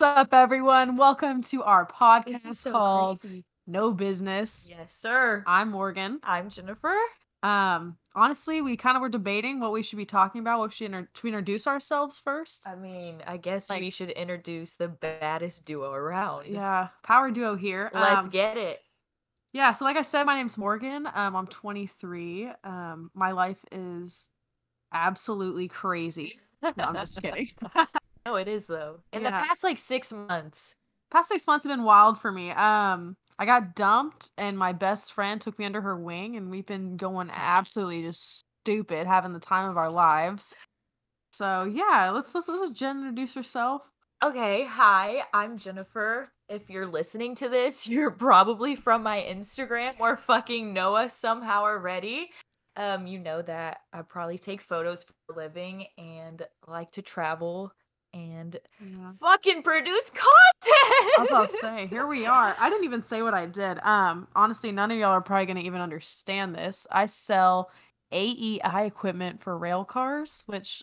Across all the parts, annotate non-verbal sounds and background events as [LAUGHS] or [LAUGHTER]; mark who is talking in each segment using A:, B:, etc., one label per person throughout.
A: up, everyone? Welcome to our
B: This
A: podcast
B: is so
A: called
B: crazy.
A: No Business.
B: Yes, sir.
A: I'm Morgan.
B: I'm Jennifer.
A: Um, honestly, we kind of were debating what we should be talking about. What should, inter- should we introduce ourselves first?
B: I mean, I guess
A: Like-
B: we should introduce the baddest duo around.
A: Yeah, power duo here.
B: Let's
A: Um,
B: get it.
A: Yeah, so like I said, my name's Morgan. Um, I'm 23. Um, my life is absolutely crazy. [LAUGHS] No, I'm
B: [LAUGHS]
A: just kidding.
B: No, it is though. In
A: Yeah.
B: the past like six months.
A: Past six months have been wild for me. Um, I got dumped, and my best friend took me under her wing, and we've been going absolutely just stupid, having the time of our lives. So yeah, let's let's, let's let Jen introduce herself.
B: Okay, hi, I'm Jennifer. If you're listening to this, [LAUGHS] you're probably from my Instagram or fucking know us somehow already. Um, you know that I probably take photos for a living and like to travel and
A: Yeah.
B: fucking produce content.
A: I was about to
B: [LAUGHS]
A: say, here we are. I didn't even say what I did. Um, honestly, none of y'all are probably gonna even understand this. I sell AEI equipment for rail cars, which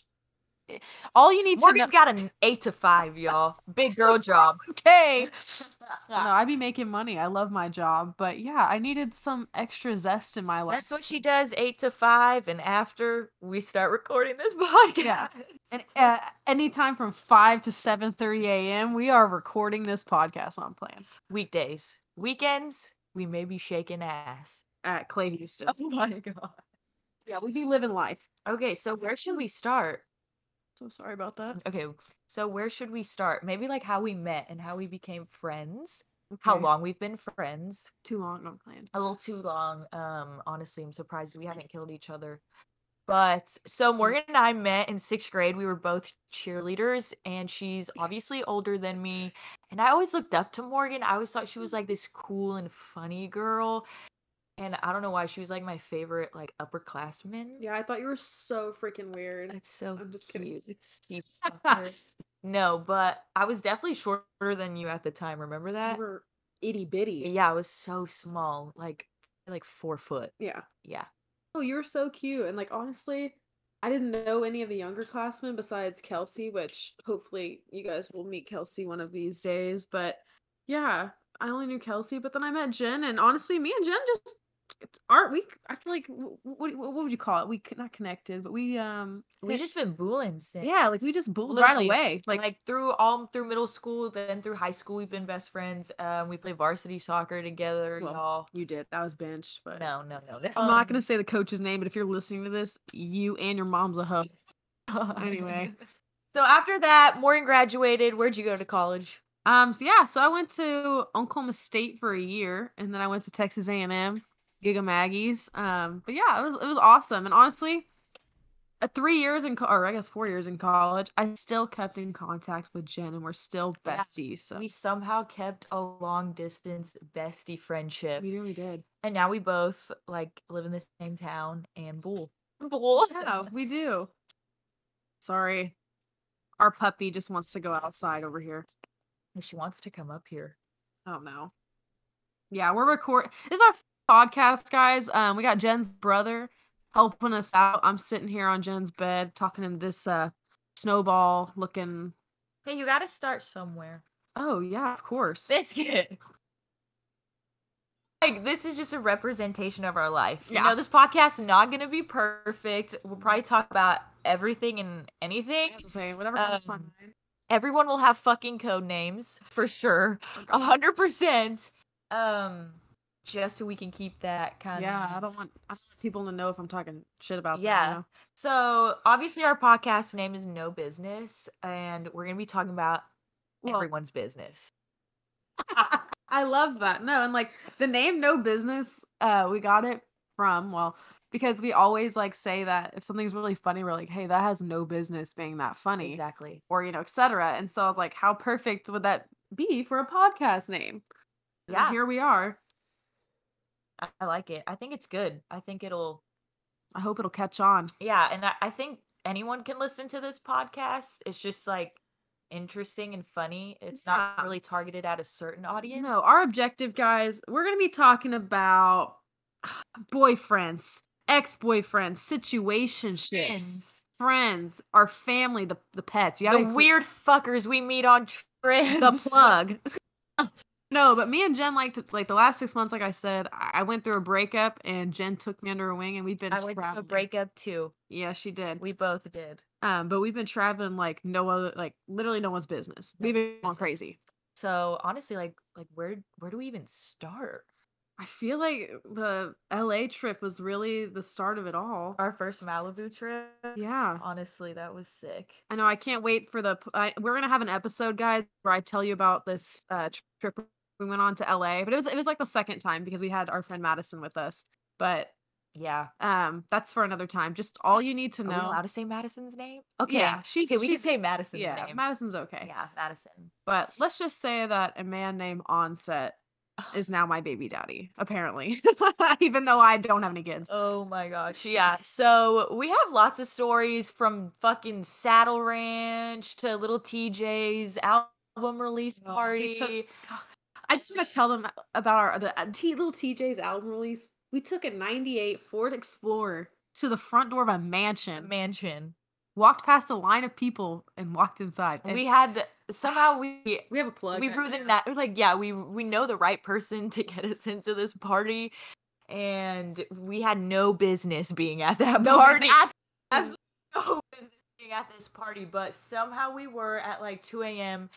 A: eh, all you need
B: Morgan's
A: to
B: got an eight to five, y'all. [LAUGHS] Big girl job.
A: know. Okay.
B: [LAUGHS] Ah.
A: no, I'd be making money. I love my job, but yeah, I needed some extra zest in my life.
B: That's what she does, eight to five, and after we start recording this [LAUGHS] podcast.
A: Yeah.
B: [LAUGHS]
A: And uh, anytime from five to seven thirty a.m., we are recording this podcast on plan
B: weekdays, weekends, we may be shaking [LAUGHS] ass.
A: at Clay Houston.
B: Oh my god.
A: Yeah, we be living life.
B: Okay, so where should we start?
A: So sorry about that.
B: Okay, so where should we start? Maybe like how we met and how we became friends, how
A: Okay.
B: long we've been friends.
A: Too long on plan.
B: A little too long. Um, honestly, I'm surprised we haven't killed each other. But
A: Mm.
B: so Morgan and I met in sixth grade. We were both cheerleaders, and she's obviously older than me. And I always looked up to Morgan. I always thought she was like this cool and funny girl. And I don't know why she was like my favorite like upperclassman.
A: Yeah, I thought you were so freaking weird.
B: That's so
A: I'm just
B: cute.
A: kidding.
B: You
A: [LAUGHS]
B: fucker. no, but I was definitely shorter than you at the time. Remember that?
A: were itty bitty.
B: Yeah, I was so small, like like four foot.
A: Yeah.
B: Yeah.
A: Oh, you were so cute. And like honestly, I didn't know any of the younger classmen besides Kelsey, which hopefully you guys will meet Kelsey one of these days. But yeah, I only knew Kelsey, but then I met Jen, and honestly, me and Jen just it's art. We I feel like what, what what would you call it? We c- not connected, but we um
B: We
A: hit-
B: just been booling since.
A: yeah, like we just bulled right
B: literally,
A: away.
B: like,
A: Like,
B: through all through middle school, then through high school, we've been best friends. Um, we play varsity soccer together,
A: Well,
B: y'all.
A: you did. I was benched, but
B: No, um no, no, no.
A: I'm not gonna say the coach's name. But if you're listening to this, you and your mom's a hoe. [LAUGHS] anyway.
B: Um, So after that, Morgan graduated. Where'd you go to college?
A: Um. So yeah. So I went to Oklahoma State for a year, and then I went to Texas A and M, Giga Maggie's. Um. But yeah, it was it was awesome, and honestly, uh, three years in co- or I guess four years in college, I still kept in contact with Jen, and we're still
B: Yeah,
A: besties. So
B: We
A: we,
B: somehow kept a long distance bestie friendship,
A: really did.
B: and now we both like live in the same town and
A: [LAUGHS]
B: bull. Bull.
A: Yeah, we do. Sorry, our puppy just wants to go outside over here.
B: [LAUGHS] She wants to come up here.
A: Oh no. Yeah, we're record. This is our f- podcast, guys. Um, we got Jen's brother helping us out. I'm sitting here on Jen's bed talking in this uh snowball looking.
B: Hey, you got to start somewhere.
A: Oh yeah, of course.
B: biscuit. [LAUGHS] Like this is just a representation of our life.
A: Yeah.
B: You know, this podcast is not gonna be perfect. We'll probably talk about everything and anything.
A: That's what I'm saying. Whatever comes to my
B: Um,
A: mind.
B: Everyone will have fucking code names for sure.
A: Oh,
B: A
A: God.
B: hundred percent. Um just so we can keep that kind
A: yeah, I
B: of
A: don't want I don't want people to know if I'm talking shit about. them, you
B: Yeah.
A: know?
B: so obviously our podcast name is No Business and we're gonna be talking about
A: Well,
B: everyone's business.
A: [LAUGHS] I love that. No, and like the name No Business, uh, we got it from well because we always like say that if something's really funny, we're like, hey, that has no business being that funny.
B: Exactly.
A: or you know, etc. And so I was like, how perfect would that be for a podcast name? And then
B: Yeah.
A: here we are.
B: I- I like it. I think it's good. I think it'll
A: I hope it'll catch on.
B: Yeah, and I, I think anyone can listen to this podcast. It's just like interesting and funny. It's not
A: Yeah.
B: really targeted at a certain
A: You
B: audience.
A: know, our objective, guys, we're gonna be talking [SIGHS] about boyfriends, ex-boyfriends, situationships,
B: Friends.
A: friends, our family, the the pets. You
B: the
A: gotta include
B: weird fuckers we meet on trips.
A: [LAUGHS]
B: [LAUGHS]
A: the plug. no, but me and Jen like to like the last six months. Like I said, I I went through a breakup, and Jen took me under her wing, and we've been
B: I went to a
A: traveling.
B: breakup too.
A: Yeah, she did.
B: We both did.
A: Um, but we've been traveling like no other, like literally no one's business.
B: No
A: We've been going
B: business.
A: crazy.
B: So honestly, like like where where do we even start?
A: I feel like the LA trip was really the start of it all.
B: Our first Malibu trip.
A: Yeah.
B: Honestly, that was sick.
A: I know. I can't wait for the. p- I, we're gonna have an episode, guys, where I tell you about this uh, tr- trip we went on to LA. But it was it was like the second time because we had our friend Madison with us. But
B: Yeah.
A: um, that's for another time. Just all you need to
B: Are we
A: know.
B: allowed to say Madison's name? Okay.
A: Yeah, she's
B: okay, we can
A: she's
B: say Madison's
A: yeah.
B: name.
A: Madison's okay.
B: yeah, Madison.
A: But let's just say that a man named Onset [SIGHS] is now my baby daddy. Apparently, [LAUGHS] even though I don't have any kids.
B: Oh my gosh. Yeah. So we have lots of stories from fucking Saddle Ranch to Little TJ's album release
A: Oh, we
B: party.
A: took- I just want to tell them about our the uh, T, little TJ's album release. We took a '98 Ford Explorer to the front door of a mansion,
B: mansion.
A: walked past a line of people, and walked inside. And
B: we had somehow we
A: we have a [SIGHS] plug.
B: we
A: right
B: were the
A: now.
B: na- like yeah we we know the right person to get us into this party, and we had no business being at that
A: No,
B: party.
A: there's abs-
B: absolutely [LAUGHS] no business being at this party, but somehow we were at like 2 a.m.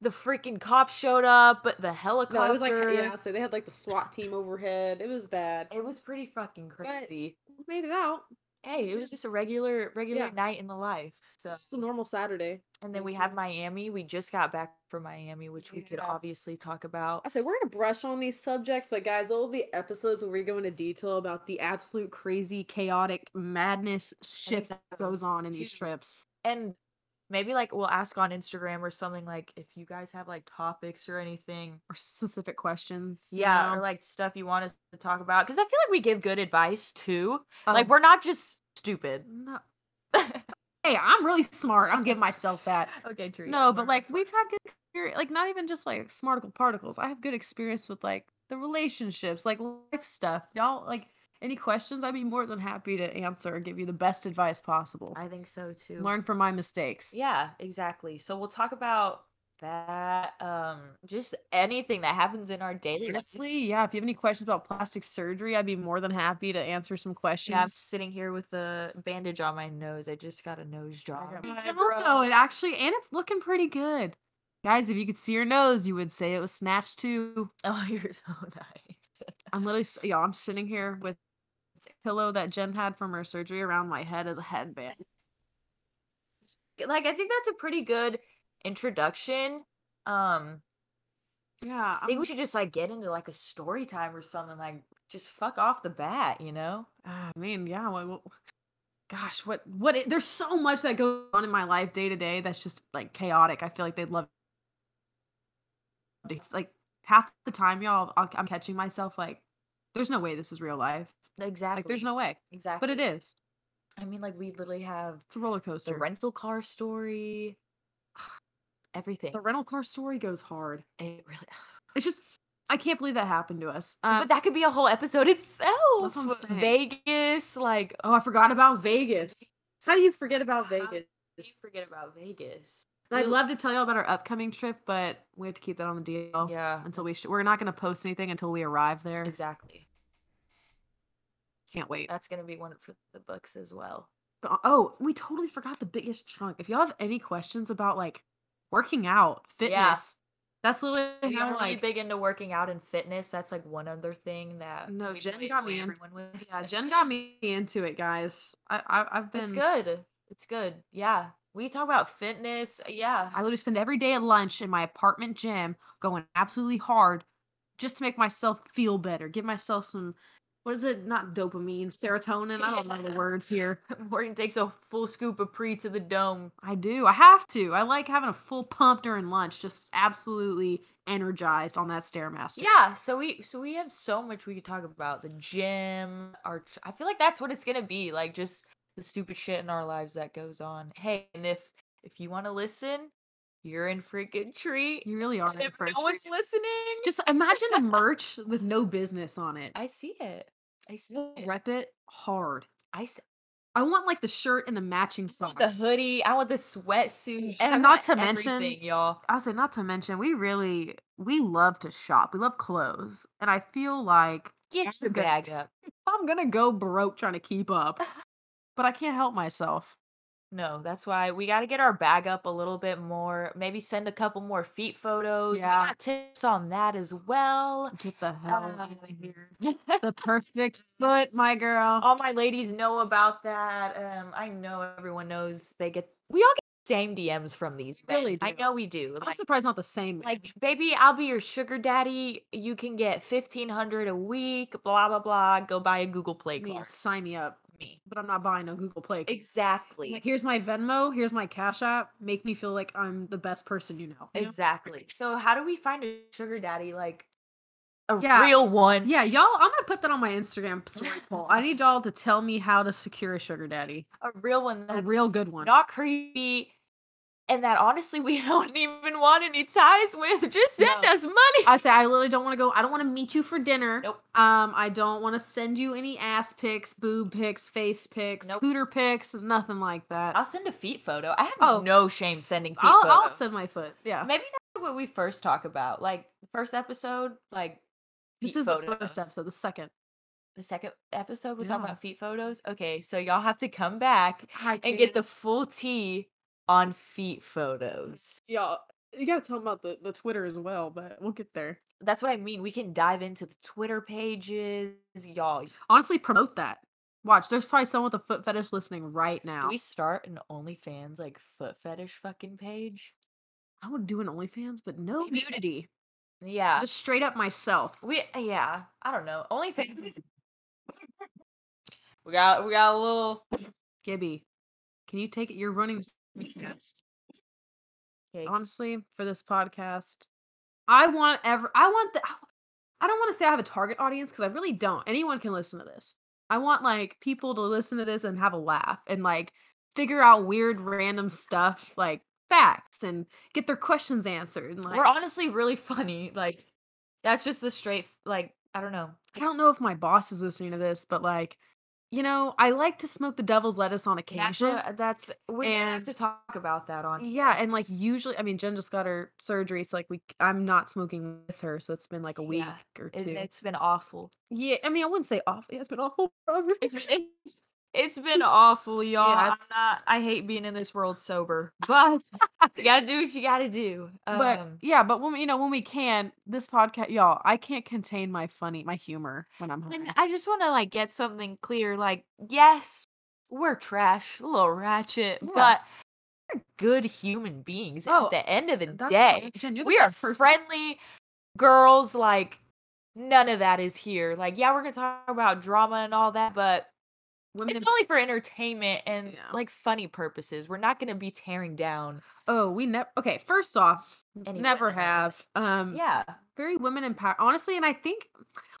B: The freaking cops showed up, but the helicopter.
A: No, it was like yeah. So they had like the SWAT team overhead. It was bad.
B: It was pretty fucking crazy.
A: We made it out.
B: hey, it was just a regular, regular
A: Yeah.
B: night in the life. So,
A: Just a normal Saturday.
B: and then we have Miami. We just got back from Miami, which we could
A: Yeah.
B: obviously talk about.
A: I said we're gonna brush on these subjects, but guys, there will be episodes where we go into detail about the absolute crazy, chaotic madness shit that
B: so,
A: goes on in these
B: too.
A: trips.
B: And maybe like we'll ask on Instagram or something like if you guys have like topics or anything.
A: Or specific questions. you
B: Yeah,
A: know?
B: or like stuff you want us to talk about because I feel like we give good advice too.
A: Um,
B: like we're not just stupid.
A: [LAUGHS] No. hey, I'm really smart. I'll give myself that.
B: okay, true. Mm-hmm.
A: No, but like we've had good experience, like not even just like smarticle particles. I have good experience with like the relationships, like life stuff. Y'all like any questions? I'd be more than happy to answer and give you the best advice possible.
B: I think so too.
A: Learn from my mistakes.
B: Yeah, exactly. So we'll talk about that um just anything that happens in our daily life.
A: Honestly, yeah. If you have any questions about plastic surgery, I'd be more than happy to answer some questions.
B: Yeah, I'm sitting here with a bandage on my nose. I just got a nose job.
A: I don't know. It actually, and it's looking pretty good. Guys, if you could see your nose, you would say it was snatched too.
B: Oh, [LAUGHS] you're so nice.
A: I'm literally, s- yeah, I'm sitting here with the pillow that Jen had from her surgery around my head as a headband.
B: Like I think that's a pretty good introduction. Um
A: Yeah,
B: I think we should just like get into like a story time or something like just fuck off the bat, you know?
A: I mean, Ah, yeah. What, what- gosh, what, what? i- there's so much that goes on in my life day to day that's just like chaotic. I feel like they'd love. It's like half the time, y'all. I'll, I'm catching myself like, there's no way this is real life.
B: Exactly.
A: Like, there's no way,
B: exactly.
A: but it is.
B: I mean like we literally have
A: It's a roller
B: the
A: coaster.
B: rental car story, [SIGHS] everything.
A: the rental car story goes hard.
B: It really, [SIGHS]
A: It's just I can't believe that happened to us. Um,
B: but that could be a whole episode [LAUGHS] itself.
A: what I'm saying.
B: Vegas, like
A: oh, I forgot about Vegas. How do you forget about
B: How do
A: Vegas?
B: you forget about Vegas.
A: And I'd
B: we-
A: love to tell you all about our upcoming trip, but we have to keep that on the deal
B: Yeah,
A: until we. Sh- we're not going to post anything until we arrive there.
B: exactly.
A: Can't wait.
B: That's gonna be one for the books as well.
A: But, uh, oh, we totally forgot the biggest chunk. If y'all have any questions about like working out, fitness, that's literally
B: We
A: how
B: are really
A: like.
B: big into working out and fitness. That's like one other thing that
A: No,
B: we
A: Jen
B: really
A: got
B: annoy
A: me in-
B: everyone with.
A: Yeah, Jen got me into it, guys. I, I I've been.
B: [LAUGHS] it's good. It's good. Yeah, we talk about fitness. Yeah,
A: I literally spend every day at lunch in my apartment gym going absolutely hard just to make myself feel better, give myself some, what is it? Not dopamine, serotonin. I don't know the
B: Yeah.
A: words here.
B: [LAUGHS] Morgan takes a full scoop of pre to the dome.
A: I do. I have to. I like having a full pump during lunch, just absolutely energized on that Stairmaster.
B: Yeah, so we so we have so much we could talk about the gym. Our tr- I feel like that's what it's gonna be like, just the stupid shit in our lives that goes on. Hey, and if if you want to listen, you're in freaking treat.
A: You really are.
B: And if
A: in for a
B: no one's
A: treat.
B: listening,
A: just
B: [LAUGHS]
A: imagine the merch with no business on it.
B: I see it. I see it.
A: Rep it hard.
B: I see.
A: I want like the shirt and the matching socks.
B: The hoodie. I want the sweatsuit.
A: And
B: I
A: not
B: want
A: to mention-
B: everything, y'all.
A: I'll say not to mention we really we love to shop. We love clothes, and I feel like
B: Get
A: that's
B: your
A: a good-
B: bag up.
A: I'm gonna go broke trying to keep up, but I can't help myself.
B: No, that's why we got to get our bag up a little bit more. Maybe send a couple more feet photos. We
A: Yeah.
B: got tips on that as well.
A: Get the hell out
B: Um,
A: of here. Ah. The perfect foot, my girl.
B: [LAUGHS] all my ladies know about that. Um, I know everyone knows they get. We all get the same DMs from these.
A: We really
B: men. I
A: do.
B: know we do.
A: I'm
B: Like,
A: surprised not the same. man.
B: like, baby, I'll be your sugar daddy. You can get fifteen hundred a week. Blah blah blah. Go buy a Google Play
A: me,
B: card.
A: sign me up,
B: Me.
A: but I'm not buying no Google Play.
B: Exactly.
A: Like, here's my Venmo. Here's my Cash App. Make me feel like I'm the best person you know. you know?
B: Exactly. So how do we find a sugar daddy like a
A: Yeah.
B: real one?
A: Yeah, y'all. I'm gonna put that on my Instagram
B: [LAUGHS]
A: story poll. I need y'all to tell me how to secure a sugar daddy,
B: A real one
A: a
B: that's
A: real good one.
B: not creepy. And that honestly we [LAUGHS] don't even want any ties with. Just send
A: No.
B: us money.
A: I say I literally don't want to go. I don't want to meet you for dinner.
B: Nope.
A: Um, I don't want to send you any ass pics, boob pics, face pics,
B: Nope.
A: cooter pics, nothing like that.
B: I'll send a feet photo. I have
A: Oh.
B: no shame sending feet
A: I'll,
B: photos.
A: I'll send my foot. Yeah.
B: Maybe that's what we first talk about. Like the first episode, like
A: This
B: feet
A: is the
B: photos.
A: first episode. The second.
B: The second episode we'll talk
A: Yeah.
B: about feet photos. Okay, so y'all have to come back
A: I
B: and get the full tea on feet photos.
A: y'all. You gotta tell them about the, the Twitter as well, but we'll get there.
B: that's what I mean. We can dive into the Twitter pages, y'all.
A: Honestly, promote that. Watch, there's probably someone with a foot fetish listening right now.
B: Do we start an OnlyFans like foot fetish fucking page?
A: I would do an OnlyFans, but no
B: Maybe-
A: nudity.
B: Yeah,
A: Just straight up myself.
B: we eh, yeah. I don't know.
A: [LAUGHS]
B: OnlyFans. is- we got we got a little.
A: Gibby, can you take it? You're running this podcast.
B: Okay.
A: Honestly, for this podcast, I want ever. I want the. I don't want to say I have a target audience because I really don't. Anyone can listen to this. I want like people to listen to this and have a laugh and like figure out weird random stuff like facts and get their questions answered and like
B: We're honestly really funny. Like that's just a straight like I don't know.
A: I don't know if my boss is listening to this, but like, you know, I like to smoke the devil's lettuce on
B: That's,
A: occasion.
B: a, that's we have to
A: And-
B: talk about that on.
A: Yeah, and like usually, I mean, Jen just got her surgery, so like we, I'm not smoking with her, so it's been like a week
B: Yeah,
A: or two.
B: It, it's been awful.
A: yeah, I mean, I wouldn't say awful. It's been awful. [LAUGHS] probably.
B: It's it's, it's been awful, y'all. I'm
A: it's-
B: not, I hate being in this
A: [LAUGHS]
B: world sober, but [LAUGHS] you gotta do what you gotta do. Um,
A: but yeah, but when we- you know when we can, this podcast, y'all, I can't contain my funny, my humor when I'm
B: and
A: high.
B: I just want to like get something clear. Like, yes, we're trash, a little ratchet,
A: Yeah.
B: but we're good human beings.
A: Oh,
B: at the end of the
A: That's
B: day,
A: fine. Jen, you're the
B: we are
A: best person.
B: friendly girls. Like, none of that is here. Like, yeah, we're gonna talk about drama and all that, but
A: Women
B: it's
A: in-
B: only for entertainment and
A: Yeah.
B: like funny purposes. We're not gonna be tearing down.
A: oh, we never. Okay, first off,
B: Any
A: never
B: women in it.
A: have. Um,
B: Yeah.
A: very women empower honestly and i think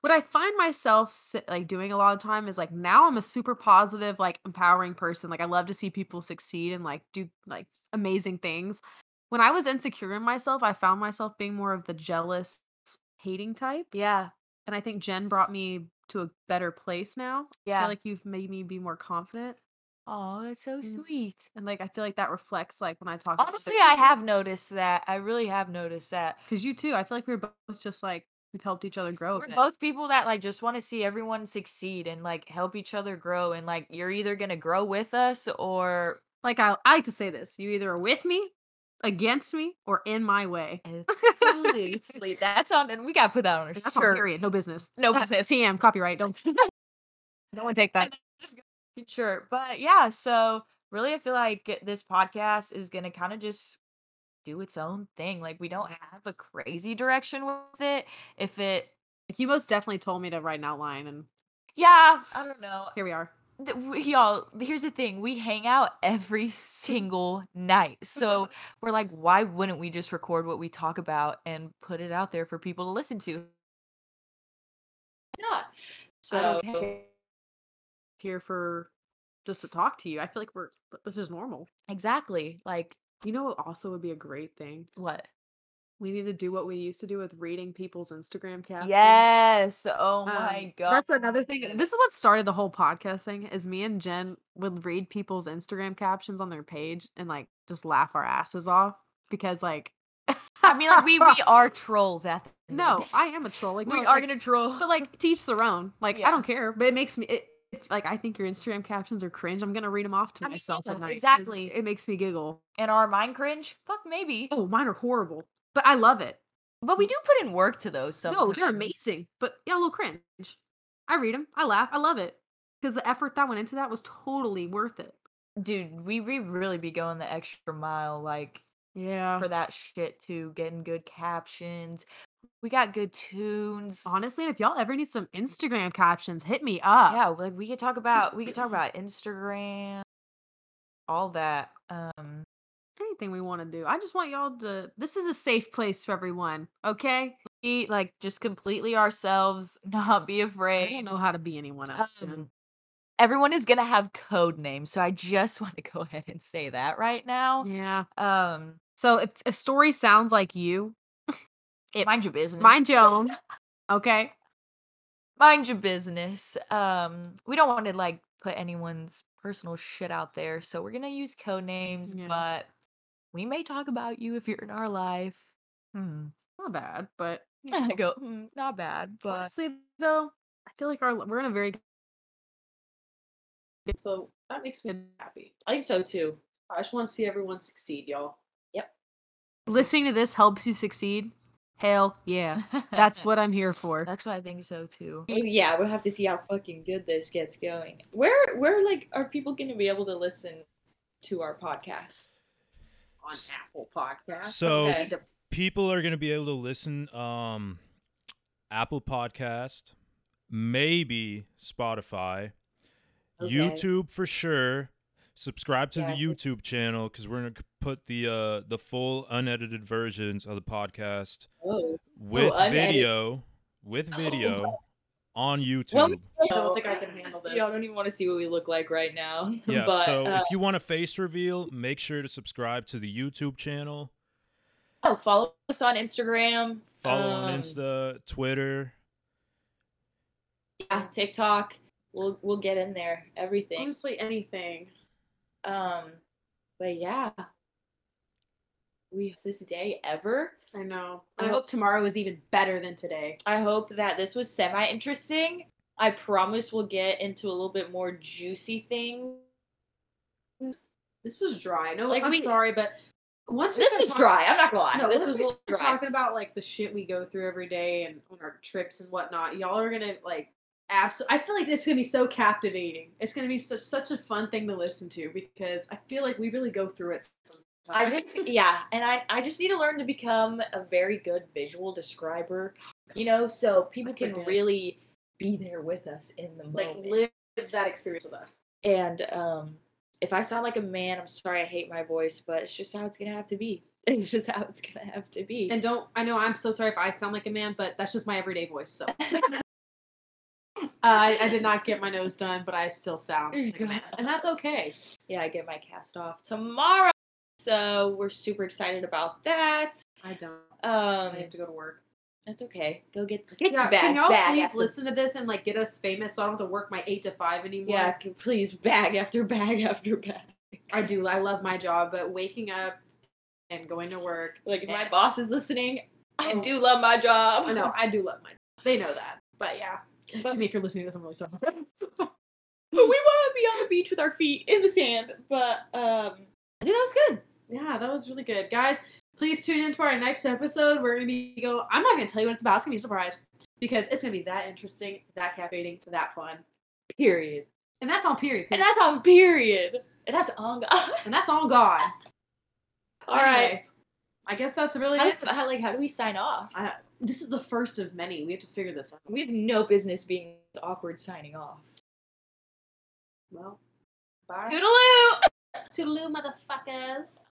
A: what i find myself si- like doing a lot of time is like now i'm a super positive like empowering person like i love to see people succeed and like do like amazing things when i was insecure in myself i found myself being more of the jealous hating type
B: Yeah.
A: and i think jen brought me to a better place now i
B: Yeah.
A: feel like you've made me be more confident
B: oh, that's so
A: Mm.
B: sweet.
A: and like i feel like that reflects like when i talk
B: Honestly, I have noticed that. I really have noticed that.
A: because you too i feel like we were both just like we've helped each other grow a
B: We're
A: bit.
B: both people that like just want to see everyone succeed and like help each other grow. And like you're either gonna grow with us or
A: like I, I like to say this you either are with me against me or in my way
B: absolutely [LAUGHS] that's on and we gotta put that on our
A: that's on
B: shirt.
A: period no business
B: No [LAUGHS]
A: Uh,
B: business.
A: tm copyright
B: [LAUGHS]
A: don't no one take that
B: Sure. But yeah, so really I feel like this podcast is going to kind of just do its own thing. Like we don't have a crazy direction with it. If it
A: like, you most definitely told me to write an outline and
B: yeah, I don't know.
A: here we are
B: Th- we- Y'all, here's the thing. We hang out every single night.
A: [LAUGHS]
B: So we're like, why wouldn't we just record what we talk about and put it out there for people to listen to? Why Not. So
A: I'm here for just to talk to you i feel like we're but this is normal
B: exactly. Like
A: you know what also would be a great thing
B: what?
A: We need to do what we used to do with reading people's Instagram captions.
B: Yes. Oh
A: Um,
B: my god.
A: That's another thing. This is what started the whole podcast thing. Is me and Jen would read people's Instagram captions on their page and like just laugh our asses off because like
B: [LAUGHS]
A: [LAUGHS]
B: I mean, like [LAUGHS] we we are trolls at the end of the
A: no,
B: day.
A: I am a troll. Like
B: we
A: no,
B: are
A: like,
B: gonna troll.
A: but like teach their own. Like
B: Yeah.
A: I don't care, but it makes me. It, if, like I think your Instagram captions are cringe. I'm gonna read them off to
B: I mean,
A: myself
B: yeah,
A: at night. 'cause
B: exactly.
A: It makes me giggle.
B: and our mind cringe. Fuck maybe.
A: Oh, mine are horrible, but I love it.
B: But we do put in work to those sometimes.
A: No, they're amazing, but yeah, a little cringe. I read them. I laugh. I love it because the effort that went into that was totally worth it.
B: Dude, we, we really be going the extra mile like
A: Yeah.
B: for that shit too, getting good captions. We got good tunes.
A: Honestly, if y'all ever need some Instagram captions, hit me up.
B: yeah, like we could talk about we
A: [LAUGHS]
B: could talk about Instagram, all that. Um
A: Anything we want to do. I just want y'all to. This is a safe place for everyone. Okay.
B: be like just completely ourselves, [LAUGHS] not be
A: I don't
B: afraid.
A: know how to be anyone else. Jen.
B: Um, everyone is gonna have code names, so I just [LAUGHS] want to go ahead and say that right now.
A: yeah.
B: Um,
A: So if a story sounds like you, It-
B: mind your business.
A: mind your own. Okay.
B: mind your business. Um, we don't want to like put anyone's personal shit out there, so we're gonna use code names,
A: Yeah.
B: but we may talk about you if you're in our life. Hmm. [LAUGHS]
A: Not bad, but you
B: I
A: know.
B: go, "Hmm, not bad, but
A: honestly though, I feel like our we're in a very so that makes me happy.
B: I think so too. [LAUGHS]
A: I just want to see everyone succeed, y'all. Yep. Listening to this helps you succeed. Hell yeah. That's what I'm here for.
B: That's why I think so too.
C: Oh, Yeah, we'll have to see how fucking good this gets going. Where where like are people gonna be able to listen to our podcast?
A: [LAUGHS] on Apple Podcast.
D: So-
C: Okay.
D: people are going to be able to listen um apple podcast maybe spotify
C: Okay.
D: youtube for sure subscribe to
C: Yeah.
D: the youtube channel because we're going to put the uh the full unedited versions of the podcast
C: Oh.
D: with
C: unedited.
D: video with
C: Oh,
D: video on youtube
C: [LAUGHS]
A: I don't think I [LAUGHS] can handle this.
C: Y'all don't even want to see what we look like
B: [LAUGHS]
C: right now.
D: yeah
C: but
D: so
C: uh,
D: if you want a face reveal make sure to subscribe to the youtube channel
C: oh, follow us on Instagram.
D: follow
C: um,
D: on insta twitter
C: Yeah, TikTok. We'll we'll get in there. Everything.
A: Honestly, anything.
C: Um, but yeah, we this day ever.
A: I know.
C: I hope
A: tomorrow is even better than today.
C: I hope that this was semi interesting. I promise we'll get into a little bit more juicy things.
A: This was dry. No,
C: Like,
A: I'm
C: we-
A: sorry, but once we
C: This
A: start
C: was
A: talk-
C: dry. I'm not gonna lie.
A: No,
C: this
A: once
C: was
A: we
C: a little
A: start
C: dry.
A: talking about like the shit we go through every day and on our trips and whatnot. Y'all are gonna like absolutely. I feel like this is gonna be so captivating. It's gonna be such such a fun thing to listen to because I feel like we really go through it. Sometimes.
C: I
A: [LAUGHS]
C: just yeah, and I I just need to learn to become a very good visual describer, you know, so people can
A: forget.
C: really be there with us in the
A: like
C: moment.
A: live that experience with us.
C: and um, if I sound like a man, I'm sorry. I hate my voice, but it's just how it's gonna have to be. [LAUGHS] It's just how it's gonna have to be.
A: And don't I know I'm so sorry if I sound like a man, but that's just my everyday voice.
C: [LAUGHS]
A: So Uh, I, I did not get my nose done, but I still sound like a man, and that's okay.
C: yeah, I get my cast off tomorrow. So we're super excited about that.
A: I don't.
C: Um,
A: I have to go to work.
C: that's okay. Go get get
A: Yeah, [LAUGHS]
C: your bag.
A: can y'all
C: bag
A: please
C: after-
A: listen to this and like get us famous so I don't have to work my eight to five anymore?
C: Yeah, c- please bag after bag after bag.
A: I do. I love my job, but waking up and going to work.
C: Like if my
A: Yeah.
C: boss is listening, I
A: Oh.
C: do love my job.
A: I [LAUGHS] know I do love my. They know that, but yeah. Excuse me if you're listening to this, I'm really sorry.
C: [LAUGHS]
A: [LAUGHS]
C: But we want to be on the beach with our feet in the sand. But um, I think that was good.
A: yeah, that was really good, guys. Please tune in to our next episode. We're gonna be go. I'm not gonna tell you what it's about. It's gonna be a surprise because it's gonna be that interesting, that captivating, that fun,
C: Period.
A: and that's on period.
C: And that's on period. And that's on. [LAUGHS]
A: and that's all [LAUGHS] gone.
C: All right.
A: Anyways, I guess that's really
C: How,
A: it.
C: how, like, how do we sign off?
A: I- This is the first of many. We have to figure this out.
C: we have no business being awkward signing off.
A: Well, bye.
C: Toodaloo.
A: Toodaloo, motherfuckers.